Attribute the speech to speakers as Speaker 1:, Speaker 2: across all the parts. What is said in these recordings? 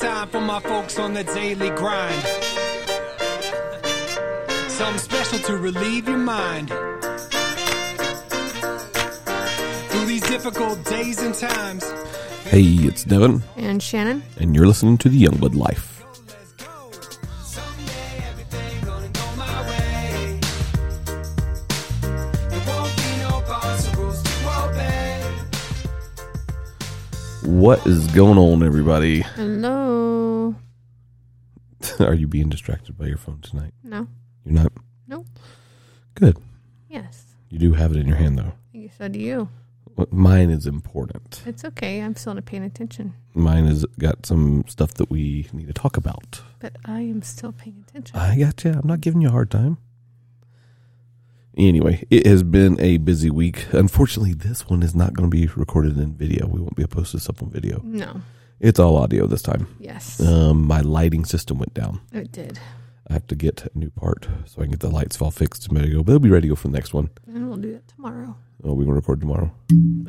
Speaker 1: time for my folks on the daily grind. Something special to relieve your mind. Through these difficult days and times.
Speaker 2: Hey, it's Devin,
Speaker 3: And Shannon?
Speaker 2: and you're listening to The Youngblood Life.
Speaker 1: Let's go. Someday everything gonna go my way. There won't be no boss or rules to obey.
Speaker 2: What is going on, everybody?
Speaker 3: Hello?
Speaker 2: Are you being distracted by your phone tonight?
Speaker 3: No?
Speaker 2: You're not?
Speaker 3: Nope.
Speaker 2: Good.
Speaker 3: Yes.
Speaker 2: You do have it in your hand, though.
Speaker 3: I think So do you.
Speaker 2: What- Mine is important.
Speaker 3: It's okay. I'm still not paying attention.
Speaker 2: Mine has got some stuff that we need to talk about.
Speaker 3: But I am still paying attention.
Speaker 2: I got you. I'm not giving you a hard time. Anyway, it has been a busy week. Unfortunately, this one is not going to be recorded in video. We won't be able to post this up on video.
Speaker 3: No.
Speaker 2: It's all audio this time.
Speaker 3: Yes.
Speaker 2: Um, my lighting system went down.
Speaker 3: It did.
Speaker 2: I have to get a new part so I can get the lights all fixed and ready to go. But they'll be ready to go for the next one.
Speaker 3: And we'll do that tomorrow,
Speaker 2: Oh, we're gonna record tomorrow.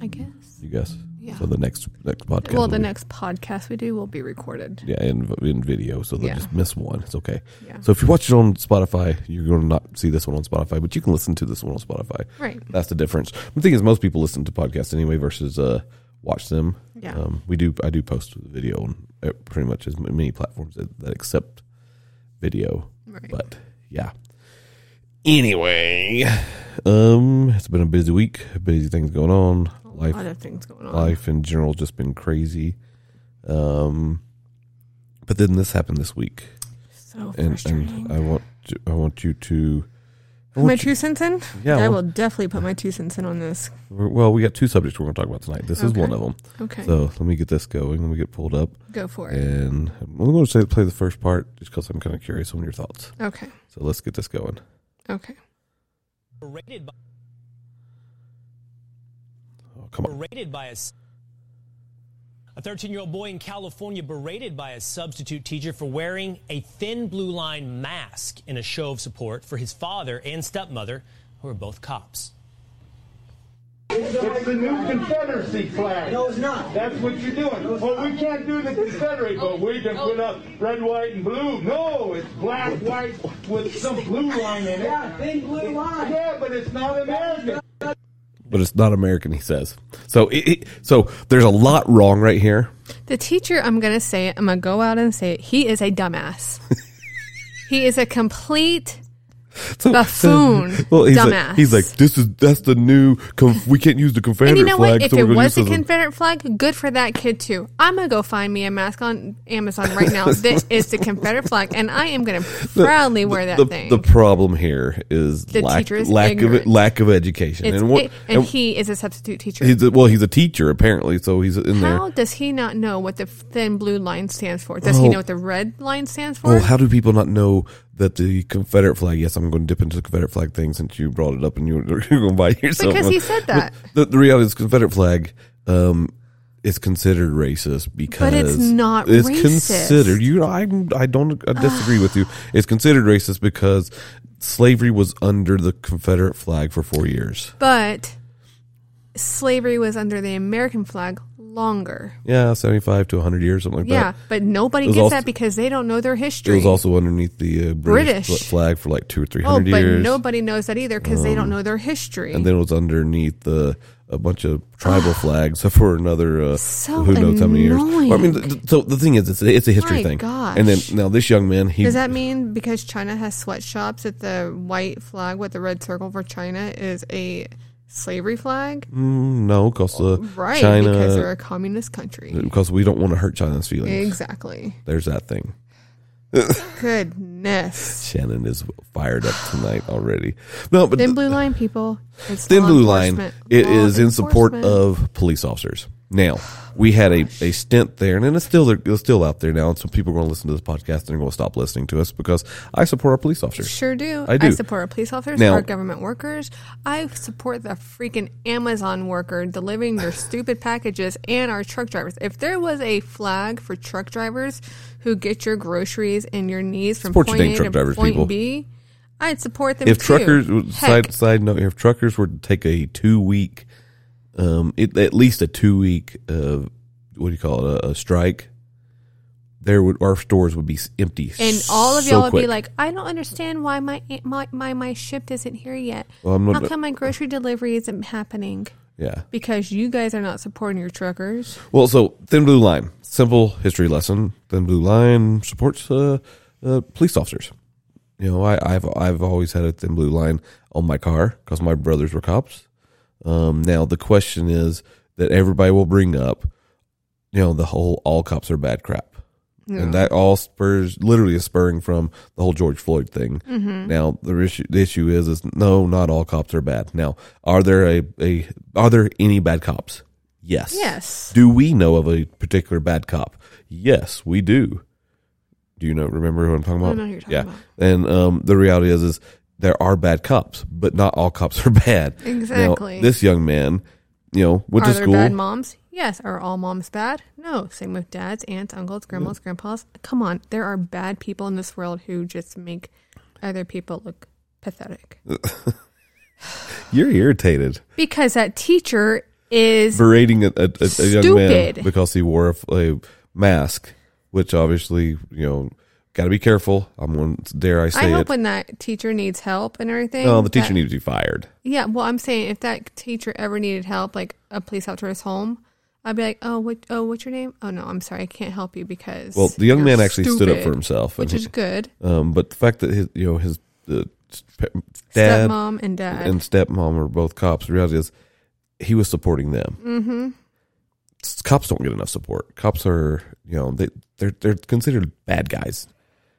Speaker 3: I guess.
Speaker 2: You guess.
Speaker 3: Yeah.
Speaker 2: So the next next podcast.
Speaker 3: Well,
Speaker 2: will
Speaker 3: the
Speaker 2: be-
Speaker 3: next podcast we do will be recorded.
Speaker 2: Yeah, in in video, so they'll
Speaker 3: Yeah.
Speaker 2: just miss one. It's okay.
Speaker 3: Yeah.
Speaker 2: So if you watch it on Spotify, you're going to not see this one on Spotify, but you can listen to this one on Spotify.
Speaker 3: Right.
Speaker 2: That's the difference. The thing is, most people listen to podcasts anyway versus uh, watch them.
Speaker 3: Yeah.
Speaker 2: Um, we do. I do post the video on uh, pretty much as many platforms that, that accept video.
Speaker 3: Right.
Speaker 2: But yeah. Anyway, um, it's been a busy week. Busy things going on.
Speaker 3: A lot
Speaker 2: Life,
Speaker 3: of things going on.
Speaker 2: life in general, just been crazy. Um, but then this happened this week,
Speaker 3: So
Speaker 2: and
Speaker 3: frustrating.
Speaker 2: and I want to, I want you to. I
Speaker 3: Put my
Speaker 2: want you-
Speaker 3: two cents in?
Speaker 2: yeah,
Speaker 3: I
Speaker 2: well-
Speaker 3: will definitely put my two cents in on this.
Speaker 2: Well, we got two subjects we're going to talk about tonight. This is
Speaker 3: Okay.
Speaker 2: one of them.
Speaker 3: Okay.
Speaker 2: So let me get this going. Let me get pulled up,
Speaker 3: Go for it.
Speaker 2: and I'm going to say play the first part just because I'm kind of curious on your thoughts.
Speaker 3: Okay.
Speaker 2: So let's get this going.
Speaker 3: Okay.
Speaker 4: Rated by,
Speaker 2: Oh, come on.
Speaker 4: berated by a s- a 13-year-old boy in California berated by a substitute teacher for wearing a thin blue line mask in a show of support for his father and stepmother, who are both cops.
Speaker 5: It's the new Confederacy flag.
Speaker 6: No, it's not.
Speaker 5: That's what you're doing. well, we can't do the Confederate, but we can put up red, white, and blue. No, it's black, white with some blue line in it.
Speaker 6: Yeah, big blue line.
Speaker 5: Yeah, but it's not American.
Speaker 2: But it's not American, he says. So it, it, so there's a lot wrong right here.
Speaker 3: The teacher, I'm going to say it. I'm going to go out and say it. He is a dumbass. he is a complete
Speaker 2: So,
Speaker 3: Buffoon.
Speaker 2: well, he's Like,
Speaker 3: Dumbass.
Speaker 2: he's like, this is that's the new. Conf- we can't use the Confederate
Speaker 3: And you know
Speaker 2: flag.
Speaker 3: what? If
Speaker 2: so
Speaker 3: it
Speaker 2: we're gonna
Speaker 3: was a
Speaker 2: use this one.
Speaker 3: Confederate flag, good for that kid too. I'm gonna go find me a mask on Amazon right now that is the Confederate flag, and I am gonna proudly wear that
Speaker 2: the,
Speaker 3: thing.
Speaker 2: the problem here is
Speaker 3: The
Speaker 2: lack,
Speaker 3: teacher is
Speaker 2: lack of
Speaker 3: ignorant.
Speaker 2: lack of education
Speaker 3: It's-
Speaker 2: and what
Speaker 3: it- and
Speaker 2: and
Speaker 3: he is a substitute teacher.
Speaker 2: he's a, well he's a teacher apparently so he's in there
Speaker 3: How does he not know what the thin blue line stands for? Does
Speaker 2: Oh.
Speaker 3: he know what the red line stands for?
Speaker 2: Well, how do people not know that the Confederate flag? Yes, I'm going to dip into the Confederate flag thing since you brought it up and you were, you were going to buy yourself.
Speaker 3: Because
Speaker 2: one.
Speaker 3: he said
Speaker 2: But
Speaker 3: that.
Speaker 2: The, the reality is, Confederate flag um, is considered racist because
Speaker 3: not
Speaker 2: It's
Speaker 3: racist.
Speaker 2: considered. You, I, I don't. I disagree with you. It's considered racist because slavery was under the Confederate flag for four years.
Speaker 3: but slavery was under the American flag longer.
Speaker 2: Yeah, seventy-five to hundred years, something like
Speaker 3: yeah,
Speaker 2: that.
Speaker 3: but nobody
Speaker 2: It was
Speaker 3: gets
Speaker 2: also-
Speaker 3: that because they don't know their
Speaker 2: It
Speaker 3: history.
Speaker 2: was also underneath the uh, British,
Speaker 3: British.
Speaker 2: flag for like two or three
Speaker 3: oh,
Speaker 2: hundred
Speaker 3: but
Speaker 2: years. Um,
Speaker 3: nobody knows that either because they don't know their history.
Speaker 2: and then it was underneath the a bunch of tribal flags for another uh,
Speaker 3: So
Speaker 2: who knows how many years.
Speaker 3: annoying.
Speaker 2: I mean, th- th- so the thing is, it's a, it's a history
Speaker 3: My
Speaker 2: thing.
Speaker 3: gosh.
Speaker 2: And then now this young man, he
Speaker 3: Does that mean because China has sweatshops that the white flag with the red circle for China is a slavery flag?
Speaker 2: no, because uh,
Speaker 3: Right,
Speaker 2: Mm, China,
Speaker 3: because
Speaker 2: because,
Speaker 3: they're a communist country.
Speaker 2: we don't want to hurt China's feelings.
Speaker 3: Exactly.
Speaker 2: There's that thing.
Speaker 3: Goodness.
Speaker 2: Shannon is fired up tonight already. No, but
Speaker 3: Thin
Speaker 2: th-
Speaker 3: blue line people. It's
Speaker 2: Thin
Speaker 3: law
Speaker 2: Blue Line,
Speaker 3: enforcement.
Speaker 2: it
Speaker 3: Law
Speaker 2: is in support
Speaker 3: enforcement.
Speaker 2: of police officers. Now, we had a, a stint there, and then it's still, it's still out there now, and some people are going to listen to this podcast and they're going to stop listening to us because I support our police officers.
Speaker 3: Sure do.
Speaker 2: I do.
Speaker 3: support our police officers,
Speaker 2: Now-
Speaker 3: our government workers. I support the freaking Amazon worker delivering their stupid packages and our truck drivers. If there was a flag for truck drivers who get your groceries and your needs from
Speaker 2: Support your
Speaker 3: point
Speaker 2: dang
Speaker 3: A
Speaker 2: truck
Speaker 3: to
Speaker 2: drivers,
Speaker 3: point
Speaker 2: people.
Speaker 3: B, I'd support them
Speaker 2: if
Speaker 3: too.
Speaker 2: truckers
Speaker 3: Heck,
Speaker 2: side side note, if truckers were to take a two week, um, it, at least a two week, uh, what do you call it, a, a strike, there would our stores would be s- empty.
Speaker 3: And all of
Speaker 2: so
Speaker 3: y'all would be
Speaker 2: quick.
Speaker 3: like, I don't understand why my my my, my ship isn't here yet.
Speaker 2: Well, I'm not-
Speaker 3: How come my grocery delivery isn't happening?
Speaker 2: yeah.
Speaker 3: Because you guys are not supporting your truckers.
Speaker 2: Well, so thin blue line, simple history lesson. Thin blue line supports uh, uh, police officers. You know, I, I've I've always had a thin blue line on my car because my brothers were cops. Um, now the question is that everybody will bring up, you know, the whole all cops are bad crap, and that all spurs literally is spurring from the whole George Floyd thing. Now the issue the issue is is no, not all cops are bad. Now are there a, a are there any bad cops? Yes.
Speaker 3: Yes.
Speaker 2: Do we know of a particular bad cop? Yes, we do. Do you know? Remember who I'm talking about?
Speaker 3: know who you're talking
Speaker 2: yeah.
Speaker 3: about.
Speaker 2: And um, the reality is, is there are bad cops, but not all cops are bad. Now,
Speaker 3: Exactly.
Speaker 2: this young man, you know, went
Speaker 3: are
Speaker 2: to
Speaker 3: there
Speaker 2: school.
Speaker 3: bad moms? Yes. Are all moms bad? No. Same with dads, aunts, uncles, grandmas, grandpas. Come on, there are bad people in this world who just make other people look pathetic.
Speaker 2: You're irritated,
Speaker 3: Because that teacher is
Speaker 2: berating a, a, a, a young man
Speaker 3: Stupid.
Speaker 2: because he wore a f- a, mask, which obviously, you know, got to be careful. I'm going. to Dare I
Speaker 3: I
Speaker 2: say
Speaker 3: hope
Speaker 2: it?
Speaker 3: when that teacher needs help and everything.
Speaker 2: No, the teacher
Speaker 3: that-
Speaker 2: needs to be fired.
Speaker 3: Yeah, well, I'm saying if that teacher ever needed help, like a police out to his home, I'd be like, oh, what? Oh, what's your name? Oh no, I'm sorry, I can't help you because
Speaker 2: Well, the young
Speaker 3: you're
Speaker 2: man actually stood up for
Speaker 3: stupid,"
Speaker 2: himself, and
Speaker 3: which
Speaker 2: he-
Speaker 3: is good.
Speaker 2: Um, but the fact that his, you know, his uh, pa- dad
Speaker 3: Stepmom and dad.
Speaker 2: and stepmom are both cops. The reality is, he was supporting them. Mm-hmm. Cops don't get enough support. Cops are, you know, they they're they're considered bad guys,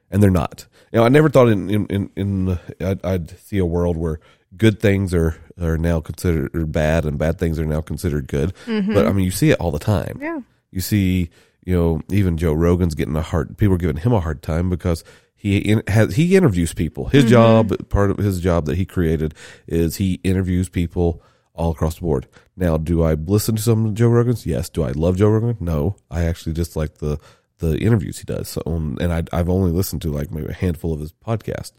Speaker 2: and they're not. You know, I never thought in in in, in I'd, I'd see a world where good things are are now considered are bad, and bad things are now considered good. But I mean, you see it all the time.
Speaker 3: Yeah.
Speaker 2: You see, you know, even Joe Rogan's getting a hard. People are giving him a hard time because he in, has he interviews people. His job, part of his job that he created, is he interviews people all across the board. Now, do I listen to some of Joe Rogan's? Yes. Do I love Joe Rogan? No. I actually just like the the interviews he does. So, um, and I, I've only listened to like maybe a handful of his podcast.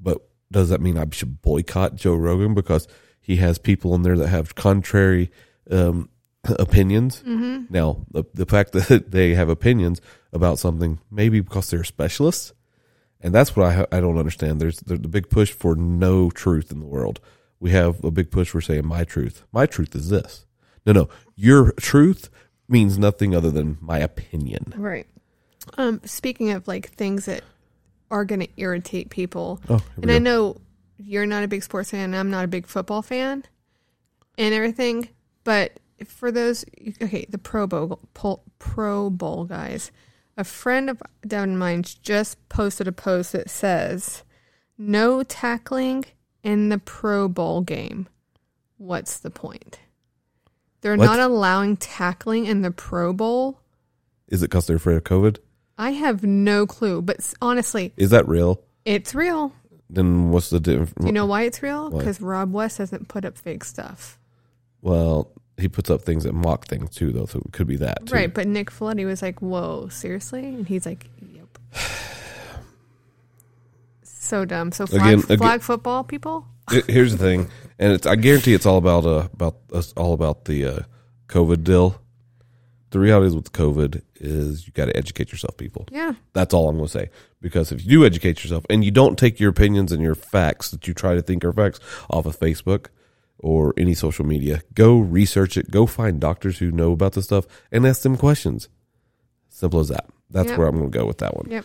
Speaker 2: But does that mean I should boycott Joe Rogan because he has people in there that have contrary um, opinions? Mm-hmm. Now, the, the fact that they have opinions about something, maybe because they're specialists, and that's what I I don't understand. There's there's a big push for no truth in the world. We have a big push for saying my truth. My truth is this. No, no, your truth means nothing other than my opinion.
Speaker 3: Right. Um, speaking of like things that are going to irritate people,
Speaker 2: Oh, here we
Speaker 3: and
Speaker 2: go.
Speaker 3: I know you're not a big sports fan, and I'm not a big football fan, and everything, but for those, okay, the Pro Bowl, Pol- Pro Bowl guys, a friend of Devin Mines just posted a post that says, "No tackling in the Pro Bowl game." What's the point? They're
Speaker 2: What?
Speaker 3: not allowing tackling in the Pro Bowl.
Speaker 2: Is it because they're afraid of COVID?
Speaker 3: I have no clue, but s- honestly,
Speaker 2: Is that real?
Speaker 3: it's real.
Speaker 2: Then what's the difference?
Speaker 3: Do you know why it's real?
Speaker 2: Why?
Speaker 3: Because Rob West hasn't put up fake stuff.
Speaker 2: Well, he puts up things that mock things too, though. So it could be that. Too.
Speaker 3: Right, but Nick Flood, he was like, whoa, seriously? And he's like, yep. so dumb. So flag,
Speaker 2: Again, aga-
Speaker 3: flag football people?
Speaker 2: Here- Here's the thing, and it's I guarantee it's all about uh about us all about the uh, COVID deal. The reality is with COVID is you got to educate yourself, people.
Speaker 3: Yeah.
Speaker 2: That's all I'm going to say. Because if you do educate yourself and you don't take your opinions and your facts that you try to think are facts off of Facebook or any social media, go research it. Go find doctors who know about this stuff and ask them questions. Simple as that. That's
Speaker 3: Yep.
Speaker 2: where I'm going to go with that one.
Speaker 3: Yep.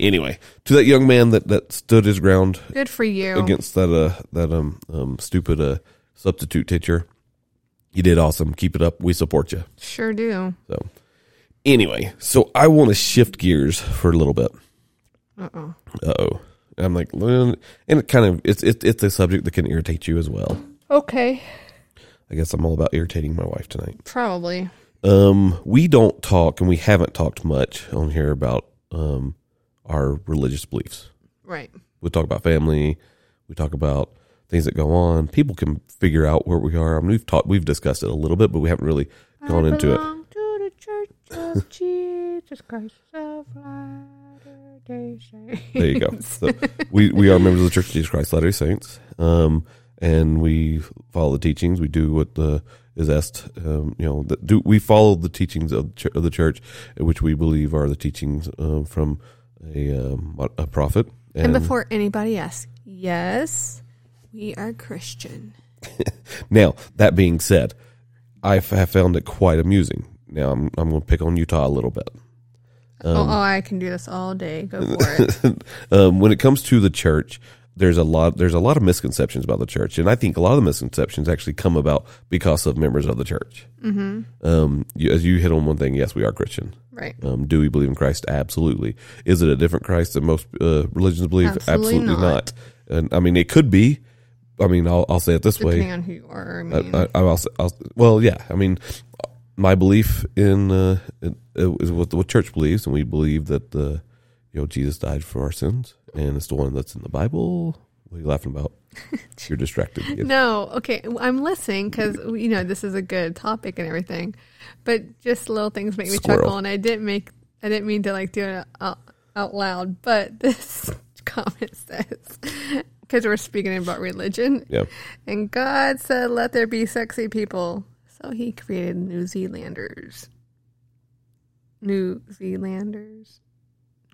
Speaker 2: Anyway, to that young man that, that stood his ground
Speaker 3: Good for you.
Speaker 2: against that uh that um um stupid uh substitute teacher. You did awesome. Keep it up. We support you.
Speaker 3: Sure do.
Speaker 2: So anyway, so I want to shift gears for a little bit.
Speaker 3: Uh oh.
Speaker 2: Uh oh. I'm like, "Lin-" and it kind of it's it, it's a subject that can irritate you as well.
Speaker 3: Okay.
Speaker 2: I guess I'm all about irritating my wife tonight.
Speaker 3: Probably.
Speaker 2: Um, we don't talk, and we haven't talked much on here about um our religious beliefs.
Speaker 3: Right.
Speaker 2: we talk about family we talk about things that go on people can figure out where we are i mean we've talked we've discussed it a little bit but we haven't really gone into it
Speaker 6: belong to the Church of Jesus Christ of Latter-day Saints.
Speaker 2: there you go so we we are members of the church of jesus christ latter day saints um and we follow the teachings we do what the is asked, um, you know, that do we follow the teachings of, ch- of the church, which we believe are the teachings um, from a, um, a prophet.
Speaker 3: And before anybody asks, yes, we are Christian.
Speaker 2: Now, that being said, I f- have found it quite amusing. Now, I'm, I'm going to pick on Utah a little bit.
Speaker 3: oh, oh, I can do this all day. Go for it.
Speaker 2: um, when it comes to the church, there's a lot there's a lot of misconceptions about the church, and I think a lot of the misconceptions actually come about because of members of the church. Mm-hmm. Um, you, as you hit on one thing, yes, we are Christian.
Speaker 3: Right.
Speaker 2: Um, do we believe in Christ? Absolutely. Is it a different Christ than most uh, religions believe?
Speaker 3: Absolutely not.
Speaker 2: And I mean, it could be. I mean, I'll, I'll say it this way:
Speaker 3: Depending on who you are, I mean,
Speaker 2: I, I, I'll, I'll, well, yeah. I mean, my belief in uh, it- it is what the what church believes, and we believe that uh, you know Jesus died for our sins, and it's the one that's in the Bible. What are you laughing about? You're distracted. again.
Speaker 3: No, okay, I'm listening because you know this is a good topic and everything, but just little things make me
Speaker 2: Squirrel.
Speaker 3: chuckle, and I didn't make, I didn't mean to like do it out, out loud, but this comment says because we're speaking about religion,
Speaker 2: Yeah.
Speaker 3: and God said, "Let there be sexy people," so He created New Zealanders, New Zealanders,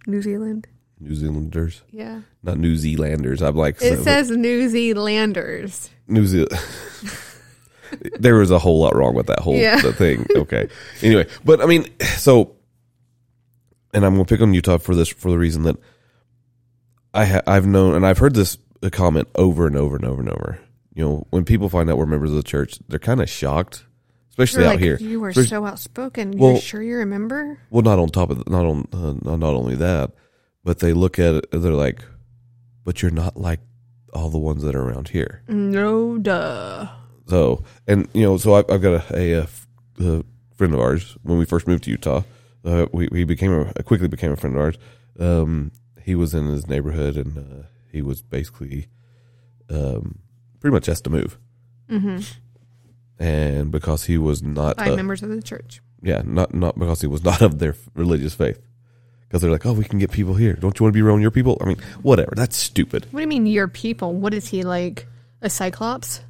Speaker 3: New Zealand,
Speaker 2: New Zealanders,
Speaker 3: yeah.
Speaker 2: not New Zealanders. I'm like
Speaker 3: It
Speaker 2: so-
Speaker 3: says New Zealanders.
Speaker 2: New Zealand. there was a whole lot wrong with that whole
Speaker 3: Yeah.
Speaker 2: the thing. Okay. Anyway, but I mean, so, and I'm gonna pick on Utah for this for the reason that I ha- I've known and I've heard this uh, comment over and over and over and over. You know, when people find out we're members of the church, they're kind of shocked, especially
Speaker 3: You're
Speaker 2: out here.
Speaker 3: You were
Speaker 2: Especially-
Speaker 3: so outspoken.
Speaker 2: Well-
Speaker 3: you're sure you remember?
Speaker 2: well, not on top of not on uh, not only that, but they look at it. They're like, "But you're not like all the ones that are around here."
Speaker 3: No, duh.
Speaker 2: So, and you know, so I've, I've got a, a, uh, f- uh friend of ours when we first moved to Utah. Uh, we we became a uh, quickly became a friend of ours. Um, he was in his neighborhood, and uh, he was basically um, pretty much asked to move. Mm-hmm. And because he was not,
Speaker 3: By
Speaker 2: uh,
Speaker 3: members of the church.
Speaker 2: yeah, not not because he was not of their religious faith. Because they're like, oh, we can get people here. Don't you want to be around your people? I mean, whatever. That's stupid.
Speaker 3: What do you mean, your people? What is he like? A cyclops?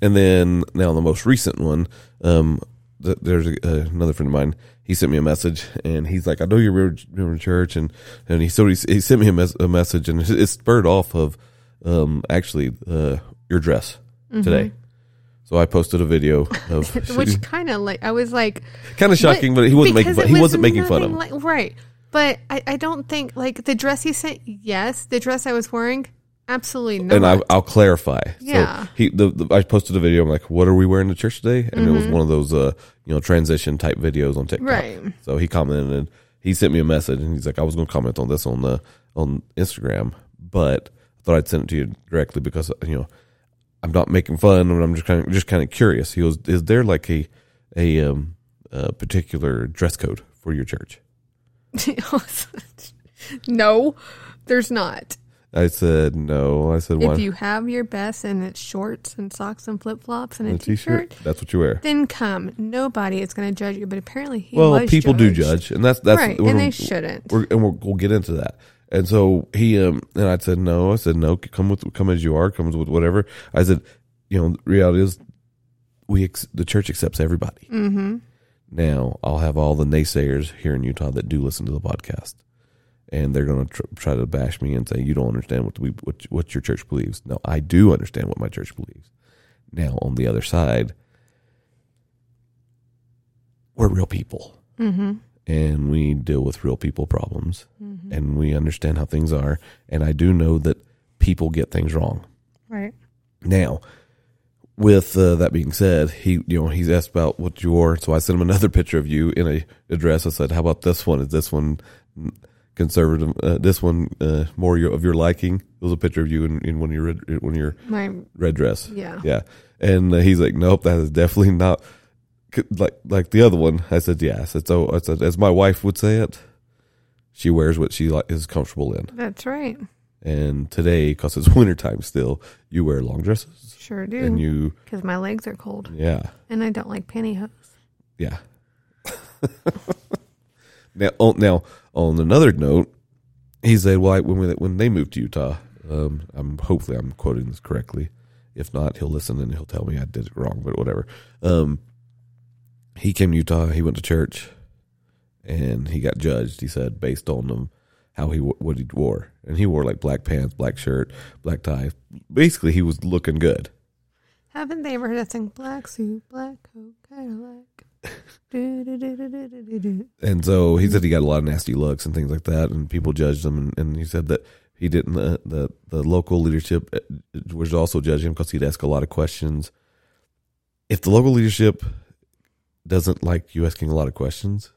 Speaker 2: And then now the most recent one, um, th- there's a, uh, another friend of mine. He sent me a message, and he's like, "I know you're member- member of church," and and he so he, s- he sent me a, mes- a message, and it's spurred off of um, actually uh, your dress today. So I posted a video of
Speaker 3: Mm-hmm. Which kind of like I was like,
Speaker 2: kind of shocking, but he wasn't making fun.
Speaker 3: because it
Speaker 2: he
Speaker 3: was
Speaker 2: wasn't making fun of him.
Speaker 3: nothing like- right? But I, I don't think like the dress he sent. Yes, the dress I was wearing. Absolutely not.
Speaker 2: and I, I'll clarify.
Speaker 3: Yeah.
Speaker 2: So he, the, the, I posted a video. I'm like, "What are we wearing to church today?" And it was one of those, uh, you know, transition type videos on TikTok.
Speaker 3: Mm-hmm. Right.
Speaker 2: So he commented. and He sent me a message, and he's like, "I was going to comment on this on the on Instagram, but I thought I'd send it to you directly because you know I'm not making fun, and I'm just kind of just kind of curious." He goes, "Is there like a a um, uh, particular dress code for your church?"
Speaker 3: no, there's not.
Speaker 2: I said, "No." I said, "Why?"
Speaker 3: If you have your best and it's shorts and socks and flip flops and a
Speaker 2: a
Speaker 3: t-shirt,
Speaker 2: t-shirt. That's what you wear.
Speaker 3: then come. Nobody is going to judge you. But apparently, he
Speaker 2: well,
Speaker 3: was
Speaker 2: people do
Speaker 3: judged.
Speaker 2: judge, and that's that's
Speaker 3: Right,
Speaker 2: we're-
Speaker 3: and they shouldn't.
Speaker 2: We're, and we'll, we'll get into that. And so he um and I said no. I said no. Come with come as you are. Come with whatever. I said, you know, the reality is, we ex- the church accepts everybody. Mm-hmm. Now I'll have all the naysayers here in Utah that do listen to the podcast, and they're going to tr- try to bash me and say you don't understand what we what what your church believes. No, I do understand what my church believes. Now on the other side, we're real people and we deal with real people problems and we understand how things are and i do know that people get things wrong
Speaker 3: Right.
Speaker 2: now with uh, that being said he you know he's asked about what you are so i sent him another picture of you in a, a dress i said how about this one is this one conservative uh, this one uh, more your, of your liking it was a picture of you in, in one of your red, in one of your
Speaker 3: My
Speaker 2: red dress.
Speaker 3: Yeah.
Speaker 2: Yeah. And uh, he's like, nope, that is definitely not c- like like the other one. I said, yeah. I said, so I said, as my wife would say it, she wears what she like is comfortable in.
Speaker 3: that's right.
Speaker 2: And today, because it's wintertime still, you wear long dresses
Speaker 3: Sure
Speaker 2: and
Speaker 3: do.
Speaker 2: you,
Speaker 3: Because my legs are cold
Speaker 2: yeah,
Speaker 3: and I don't like pantyhose.
Speaker 2: yeah. now, on, now on another note, he said, well, I, when we, when they moved to Utah, um, I'm hopefully I'm quoting this correctly. If not, he'll listen and he'll tell me I did it wrong, but whatever. Um, he came to Utah. He went to church, and he got judged. He said based on them how he w- what he wore, and he wore like black pants, black shirt, black tie. Basically, he was looking good.
Speaker 3: Haven't they ever heard that thing? Black suit, black coat, Cadillac. do, do, do, do, do, do, do, do.
Speaker 2: And so he said he got a lot of nasty looks and things like that, and people judged him. And, and he said that he didn't. The, the the local leadership uh, was also judging him because he'd ask a lot of questions. If the local leadership doesn't like you asking a lot of questions,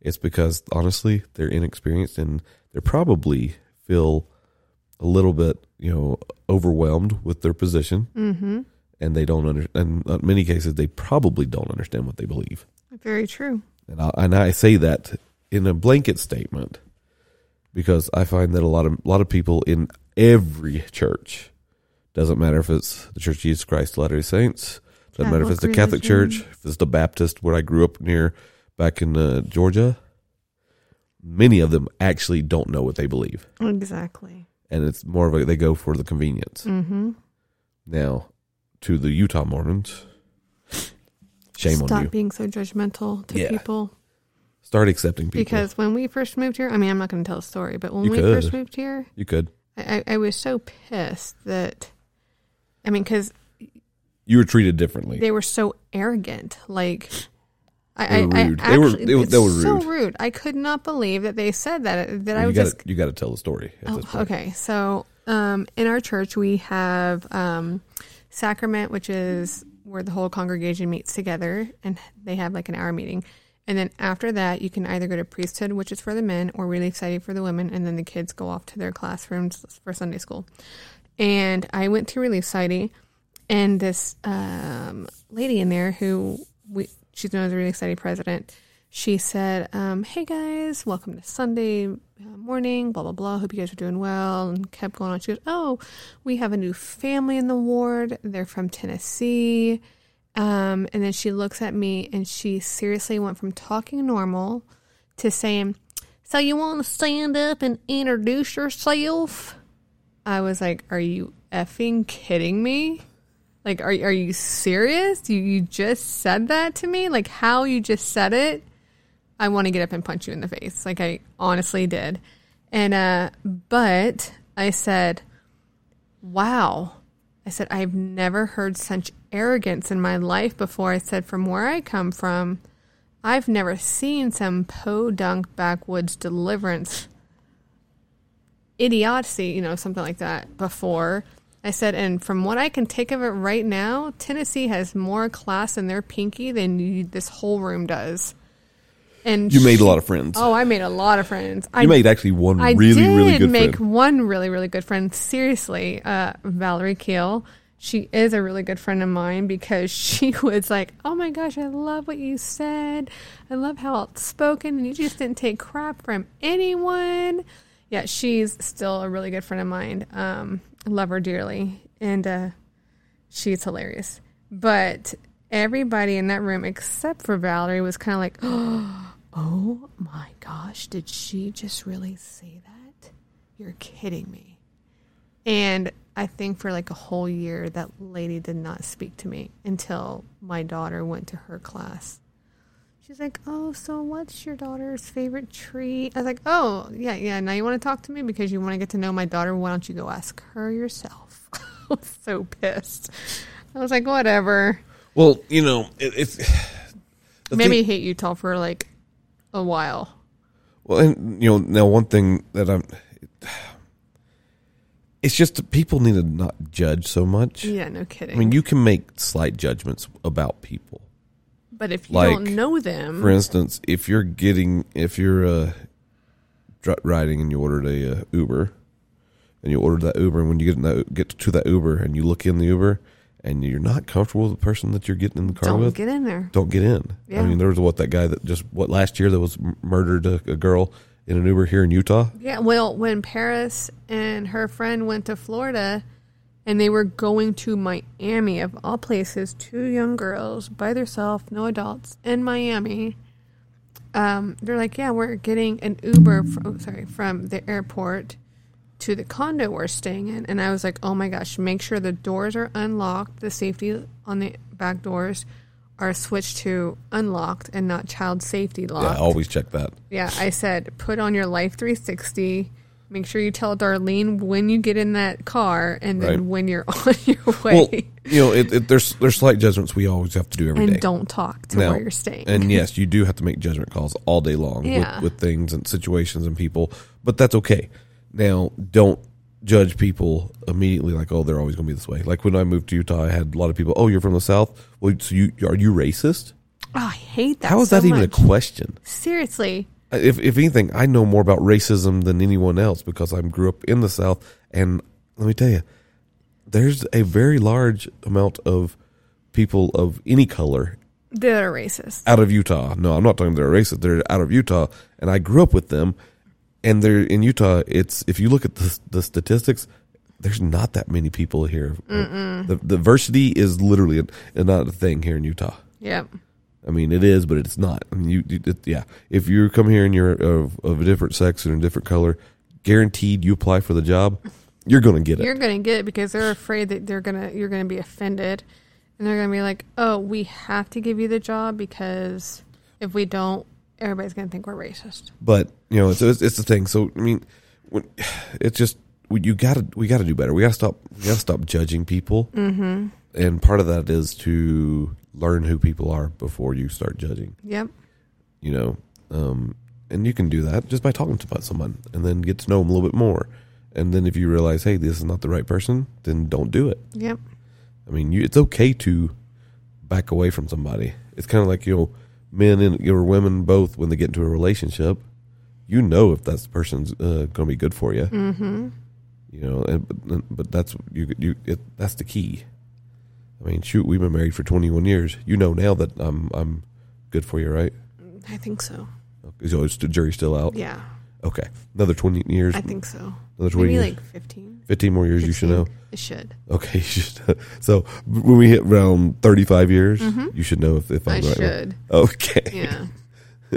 Speaker 2: it's because honestly they're inexperienced and they probably feel a little bit you know overwhelmed with their position, mm-hmm. and they don't under. And in uh, many cases, they probably don't understand what they believe
Speaker 3: Very true.
Speaker 2: and I, and I say that in a blanket statement because I find that a lot of a lot of people in every church doesn't matter if it's the Church of Jesus Christ of Latter-day Saints, doesn't matter if it's the
Speaker 3: Catholic
Speaker 2: Catholic
Speaker 3: religion.
Speaker 2: Church, if it's the Baptist where I grew up near back in uh, Georgia. Many of them actually don't know what they believe,
Speaker 3: Exactly.
Speaker 2: and it's more of a they go for the convenience. Mm-hmm. Now, to the Utah Mormons, shame
Speaker 3: Stop
Speaker 2: on you.
Speaker 3: being so judgmental to
Speaker 2: Yeah.
Speaker 3: people.
Speaker 2: Start accepting people
Speaker 3: Because when we first moved here, I mean, I'm not going to tell a story, but when
Speaker 2: You
Speaker 3: we
Speaker 2: could.
Speaker 3: first moved here,
Speaker 2: you could.
Speaker 3: I, I I was so pissed that, I mean, because
Speaker 2: You were treated differently.
Speaker 3: they were so arrogant. Like, I,
Speaker 2: They were
Speaker 3: I,
Speaker 2: rude.
Speaker 3: I
Speaker 2: They were-
Speaker 3: actually,
Speaker 2: they were-
Speaker 3: it's
Speaker 2: they were
Speaker 3: so
Speaker 2: rude.
Speaker 3: rude. I could not believe that they said that. That I
Speaker 2: you
Speaker 3: was
Speaker 2: gotta,
Speaker 3: just
Speaker 2: you got to tell the story. At
Speaker 3: Oh,
Speaker 2: this point.
Speaker 3: okay. So, um, in our church, we have um, sacrament, which is where the whole congregation meets together, and they have like an hour meeting. And then after that, you can either go to priesthood, which is for the men, or relief study for the women, and then the kids go off to their classrooms for Sunday school. And I went to relief study, and this um, lady in there who we, she's known as the Relief Study president. She said, um, "Hey guys, welcome to Sunday uh, morning. Blah blah blah. Hope you guys are doing well." And kept going on. She goes, "Oh, we have a new family in the ward. They're from Tennessee." Um, and then she looks at me, and she seriously went from talking normal to saying, "So you want to stand up and introduce yourself?" I was like, "Are you effing kidding me?" Like, are are you serious? You you just said that to me? Like how you just said it? I want to get up and punch you in the face. Like I honestly did. And uh but I said, "Wow." I said I've never heard such arrogance in my life before. I said from where I come from, I've never seen some po-dunk backwoods deliverance idiocy, you know, something like that before. I said, and from what I can take of it right now, Tennessee has more class in their pinky than you, this whole room does. And
Speaker 2: You made
Speaker 3: she-
Speaker 2: a lot of friends.
Speaker 3: Oh, I made a lot of friends. I
Speaker 2: you made actually one
Speaker 3: I
Speaker 2: really,
Speaker 3: did
Speaker 2: really good
Speaker 3: make
Speaker 2: friend.
Speaker 3: one really, really good friend. Seriously, uh, Valerie Keel. She is a really good friend of mine because she was like, "Oh my gosh, I love what you said. I love how outspoken, and you just didn't take crap from anyone." Yeah, she's still a really good friend of mine. Um, love her dearly, and uh, she's hilarious. But everybody in that room except for Valerie was kind of like, Oh my gosh, did she just really say that? You're kidding me. And I think for like a whole year, that lady did not speak to me until my daughter went to her class. She's like, Oh, so what's your daughter's favorite treat? I was like, Oh, yeah, yeah. Now you want to talk to me because you want to get to know my daughter. Why don't you go ask her yourself? I was so pissed. I was like, Whatever.
Speaker 2: Well, you know, it, it's the
Speaker 3: Made me
Speaker 2: thing-
Speaker 3: hate Utah for like a while.
Speaker 2: well, and you know, now one thing that I'm, it's just that people need to not judge so much.
Speaker 3: Yeah, no kidding.
Speaker 2: I mean, you can make slight judgments about people.
Speaker 3: But if you
Speaker 2: Like,
Speaker 3: don't know them,
Speaker 2: For instance, if you're getting, if you're uh, dr- riding and you ordered a uh, Uber, and you ordered that Uber, and when you get in that, get to that Uber and you look in the Uber, and you're not comfortable with the person that you're getting in the car
Speaker 3: don't
Speaker 2: with,
Speaker 3: get in there.
Speaker 2: don't get in. I
Speaker 3: Yeah.
Speaker 2: mean, there was what that guy that just what last year that was m- murdered a, a girl in an Uber here in Utah.
Speaker 3: Yeah, well, when Paris and her friend went to Florida and they were going to Miami, of all places, two young girls by themselves, no adults, in Miami. Um, they're like, yeah, we're getting an Uber. From, oh, sorry, from the airport to the condo we're staying in. And I was like, oh my gosh, make sure the doors are unlocked, the safety on the back doors are switched to unlocked and not child safety
Speaker 2: Yeah,
Speaker 3: locked.
Speaker 2: always check that.
Speaker 3: Yeah, I said put on your Life 360. Make sure you tell Darlene when you get in that car and then
Speaker 2: Right.
Speaker 3: when you're on your way.
Speaker 2: Well, you know, it, it, there's there's slight judgments we always have to do every day.
Speaker 3: and don't talk to
Speaker 2: Now-
Speaker 3: where you're staying.
Speaker 2: And yes, you do have to make judgment calls all day long
Speaker 3: Yeah.
Speaker 2: with, with things and situations and people, but that's okay. Now, don't judge people immediately like, oh, they're always going to be this way. Like when I moved to Utah, I had a lot of people, oh, you're from the South. Well, so you are you racist?
Speaker 3: Oh, I hate that.
Speaker 2: How is
Speaker 3: so
Speaker 2: that even
Speaker 3: much.
Speaker 2: a question?
Speaker 3: Seriously.
Speaker 2: If if anything, I know more about racism than anyone else because I grew up in the South, and let me tell you, there's a very large amount of people of any color
Speaker 3: They're racist.
Speaker 2: out of Utah. No, I'm not talking they're racist. They're out of Utah, and I grew up with them. And they're in Utah. It's if you look at the, the statistics, there's not that many people here. The, the diversity is literally a, not a thing here in Utah.
Speaker 3: Yep.
Speaker 2: I mean, it is, but it's not. I mean, you, you it, yeah. If you come here and you're of, of a different sex and a different color, guaranteed you apply for the job, you're gonna get it.
Speaker 3: You're gonna get it because they're afraid that they're gonna you're gonna be offended, and they're gonna be like, "Oh, we have to give you the job because if we don't, everybody's gonna think we're racist."
Speaker 2: but you know, it's it's, it's the thing. So I mean, when, it's just we, you gotta we gotta do better. We gotta stop we gotta stop judging people. Mm-hmm. And part of that is to learn who people are before you start judging.
Speaker 3: Yep.
Speaker 2: You know, um, and you can do that just by talking to about someone and then get to know them a little bit more. And then if you realize, hey, this is not the right person, then don't do it.
Speaker 3: Yep.
Speaker 2: I mean, you, it's okay to back away from somebody. It's kind of like you know, men and your women both when they get into a relationship, you know if that person's uh, going to be good for you. Mm-hmm. You know, and, but, but that's you. You it, that's the key. I mean, shoot, we've been married for 21 years. You know now that I'm I'm good for you, right?
Speaker 3: I think so.
Speaker 2: So it's the jury's still out.
Speaker 3: Yeah,
Speaker 2: Okay, another 20 years,
Speaker 3: I think so.
Speaker 2: another 20
Speaker 3: Maybe
Speaker 2: years,
Speaker 3: like fifteen.
Speaker 2: 15 more years. You should
Speaker 3: 16.
Speaker 2: know.
Speaker 3: It should.
Speaker 2: Okay, you should, so when we hit around thirty-five years, you should know if, if I'm
Speaker 3: Mm-hmm. I
Speaker 2: right.
Speaker 3: should.
Speaker 2: Okay.
Speaker 3: Yeah.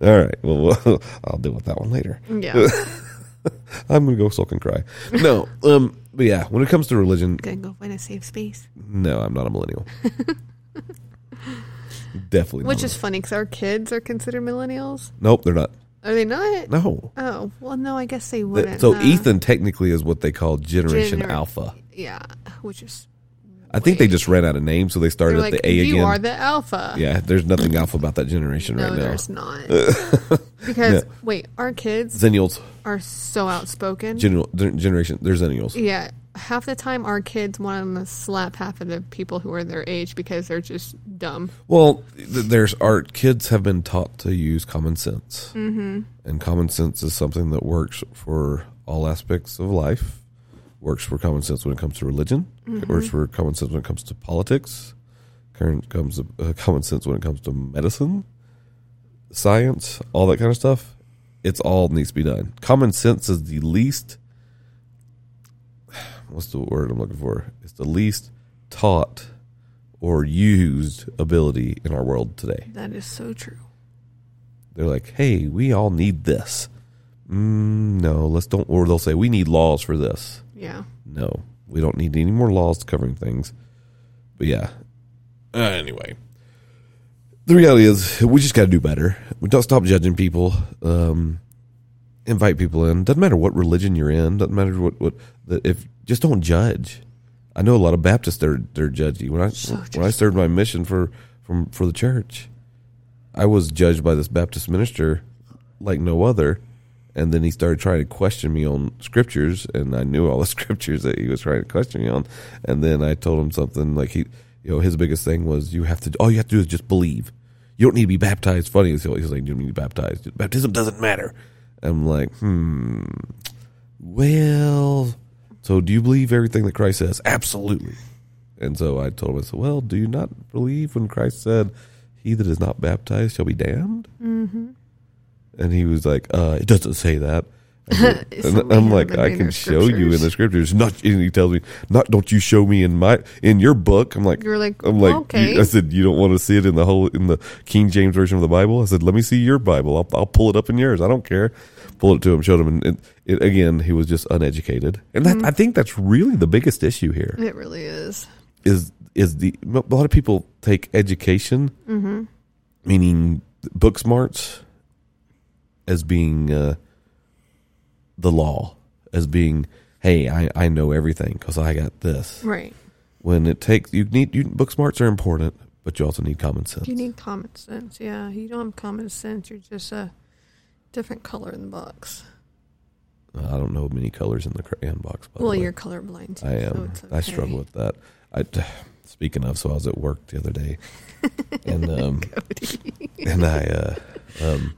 Speaker 2: All right. Well, well, I'll deal with that one later.
Speaker 3: Yeah.
Speaker 2: I'm gonna go sulk and cry. No. Um. But yeah, when it comes to religion,
Speaker 3: Gonna go find a safe space.
Speaker 2: no, I'm not a millennial. Definitely.
Speaker 3: Which
Speaker 2: not.
Speaker 3: is funny because our kids are considered millennials.
Speaker 2: nope. They're not.
Speaker 3: Are they not?
Speaker 2: No.
Speaker 3: Oh well, no. I guess they
Speaker 2: Th-
Speaker 3: wouldn't.
Speaker 2: so
Speaker 3: huh?
Speaker 2: Ethan technically is what they call Generation
Speaker 3: Gener-
Speaker 2: Alpha.
Speaker 3: Yeah, which is
Speaker 2: I think they just ran out of names, so they
Speaker 3: they're
Speaker 2: started at
Speaker 3: like
Speaker 2: the A
Speaker 3: you
Speaker 2: again.
Speaker 3: are the alpha.
Speaker 2: yeah. There's nothing alpha about that generation
Speaker 3: No,
Speaker 2: right now.
Speaker 3: there's not. because
Speaker 2: No.
Speaker 3: wait, our kids
Speaker 2: Zennials.
Speaker 3: are so outspoken.
Speaker 2: General, generation. They're Zennials.
Speaker 3: yeah, half the time our kids want to slap half of the people who are their age because they're just dumb.
Speaker 2: Well, th- there's art. Kids have been taught to use common sense, mm-hmm. and common sense is something that works for all aspects of life. Works for common sense when it comes to religion. It works for common sense when it comes to politics. Current comes uh, common sense when it comes to medicine, science, all that kind of stuff. It's all needs to be done. Common sense is the least. What's the word I'm looking for? It's the least taught or used ability in our world today.
Speaker 3: That is so true.
Speaker 2: They're like, hey, we all need this. Mm, no, let's don't. Or they'll say, we need laws for this.
Speaker 3: Yeah,
Speaker 2: No, we don't need any more laws covering things. But yeah. Uh, anyway, the reality is we just got to do better. We don't stop judging people. Um, invite people in. Doesn't matter what religion you're in. Doesn't matter what what the, if just don't judge. I know a lot of Baptists they're they're judgy. When I
Speaker 3: So
Speaker 2: when I served my mission for from for the church, I was judged by this Baptist minister like no other. And then he started trying to question me on scriptures, and I knew all the scriptures that he was trying to question me on. And then I told him something like he, you know, his biggest thing was you have to all you have to do is just believe. You don't need to be baptized. Funny, he's like, he's like, you don't need to be baptized. Baptism doesn't matter. I'm like, hmm, well, so do you believe everything that Christ says? Absolutely. And so I told him, I said, well, do you not believe when Christ said, he that is
Speaker 3: Mm-hmm.
Speaker 2: not baptized shall be damned? And he was like, uh, it doesn't say that. And I'm like, I can show you in the scriptures. Not, and he tells me, not, don't you show me in my in your book. I'm like,
Speaker 3: You're like,
Speaker 2: I'm like,
Speaker 3: okay.
Speaker 2: you- I said, you don't want to see it in the whole in the King James version of the Bible. I said, let me see your Bible. I'll, I'll pull it up in yours. I don't care. Pulled it to him, showed him, and, and it, again, he was just uneducated. And that, I think that's really the biggest issue here
Speaker 3: It really is.
Speaker 2: is is the a lot of people take education, meaning book smarts, as being uh, the law, as being hey, I, I know everything because I got this.
Speaker 3: Right.
Speaker 2: When it takes you need you book smarts are important, but you also need common sense.
Speaker 3: You need common sense. Yeah. You don't have common sense. You're just a different color in the box.
Speaker 2: I don't know many colors in the crayon box. By the
Speaker 3: Well,
Speaker 2: way.
Speaker 3: you're colorblind. Too,
Speaker 2: I am.
Speaker 3: So it's
Speaker 2: I
Speaker 3: okay.
Speaker 2: struggle with that. I speaking of, so I was at work the other day, and um, and I uh, um,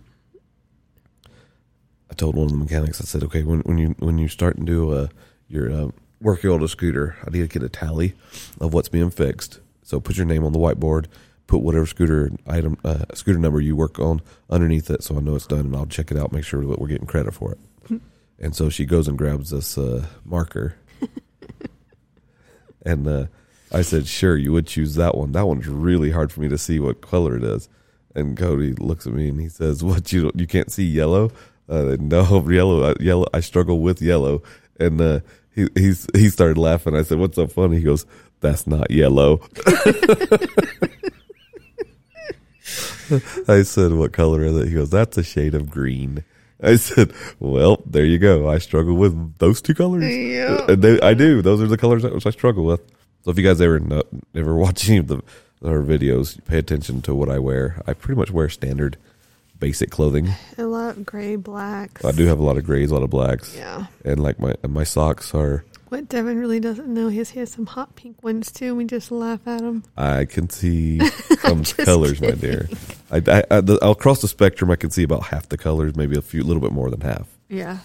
Speaker 2: I told one of the mechanics. I said, okay, when when you when you start and do uh, your uh, work your older scooter, I need to get a tally of what's being fixed. So put your name on the whiteboard. Put whatever scooter item, uh, scooter number you work on underneath it, so I know it's done, and I'll check it out, make sure that we're getting credit for it.
Speaker 3: Hmm.
Speaker 2: And so she goes and grabs this uh, marker and uh, I said, "Sure, you would choose that one. That one's really hard for me to see what color it is." And Cody looks at me and he says, "What you don't, you can't see yellow? Uh, no, yellow, uh, yellow. I struggle with yellow." And uh, he he's he started laughing. I said, "What's so funny?" He goes, "That's not yellow." I said, "What color is it?" He goes, "That's a shade of green." I said, "Well, there you go. I struggle with those two colors.
Speaker 3: Yeah.
Speaker 2: And they- I do. Those are the colors that- which I struggle with. So if you guys ever know, ever watch any of the our videos, pay attention to what I wear. I pretty much wear standard, basic clothing.
Speaker 3: A lot of gray, blacks.
Speaker 2: I do have a lot of grays, a lot of blacks.
Speaker 3: Yeah.
Speaker 2: And like my and my socks are.
Speaker 3: What Devin really doesn't know is he has some hot pink ones too. and We just laugh at him.
Speaker 2: I can see some
Speaker 3: Just
Speaker 2: colors, my dear. I, I, I the, across the spectrum, I can see about half the colors, maybe a few, little bit more than half.
Speaker 3: Yeah.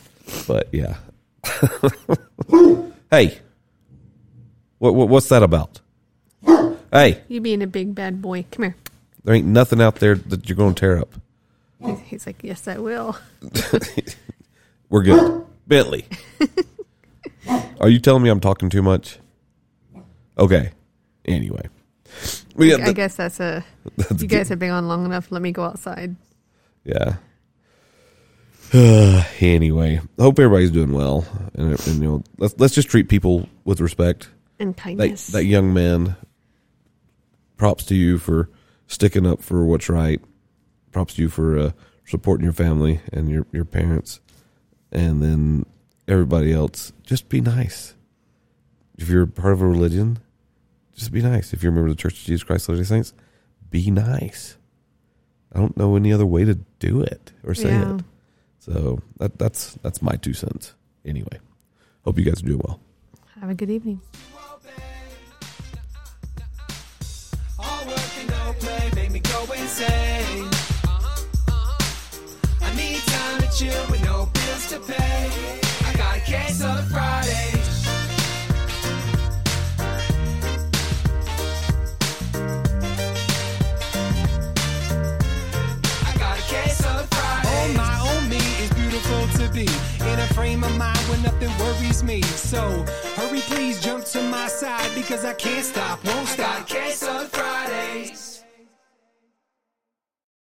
Speaker 2: But yeah. hey, what, what what's that about? Hey,
Speaker 3: You being a big bad boy. Come here.
Speaker 2: there ain't nothing out there that you're going to tear up.
Speaker 3: He's like, yes, I will.
Speaker 2: We're good. Bentley. Are you telling me I'm talking too much? Okay. Anyway. But yeah,
Speaker 3: I
Speaker 2: th-
Speaker 3: guess that's a.
Speaker 2: that's
Speaker 3: You
Speaker 2: good.
Speaker 3: guys have been on long enough. Let me go outside.
Speaker 2: Yeah. anyway, hope everybody's doing well, and, and you know, let's let's just treat people with respect.
Speaker 3: And
Speaker 2: That
Speaker 3: kindness.
Speaker 2: that young man. Props to you for sticking up for what's right. Props to you for uh, supporting your family and your your parents, and then everybody else. Just be nice. If you're part of a religion, just be nice. If you're a member of the Church of Jesus Christ of Latter-day Saints, be nice. I don't know any other way to do it or say
Speaker 3: Yeah.
Speaker 2: it. So that, that's that's my two cents. Anyway, hope you guys are doing well.
Speaker 3: have a good evening.
Speaker 1: All work and no play make me go insane. I need time to chill with no bills to pay. I got a case on Friday. I got a case on Friday. Oh my, oh me, it's beautiful to be in a frame of mind where nothing worries me. So hurry, please jump to my side because I can't stop, won't stop. I got a case on Fridays.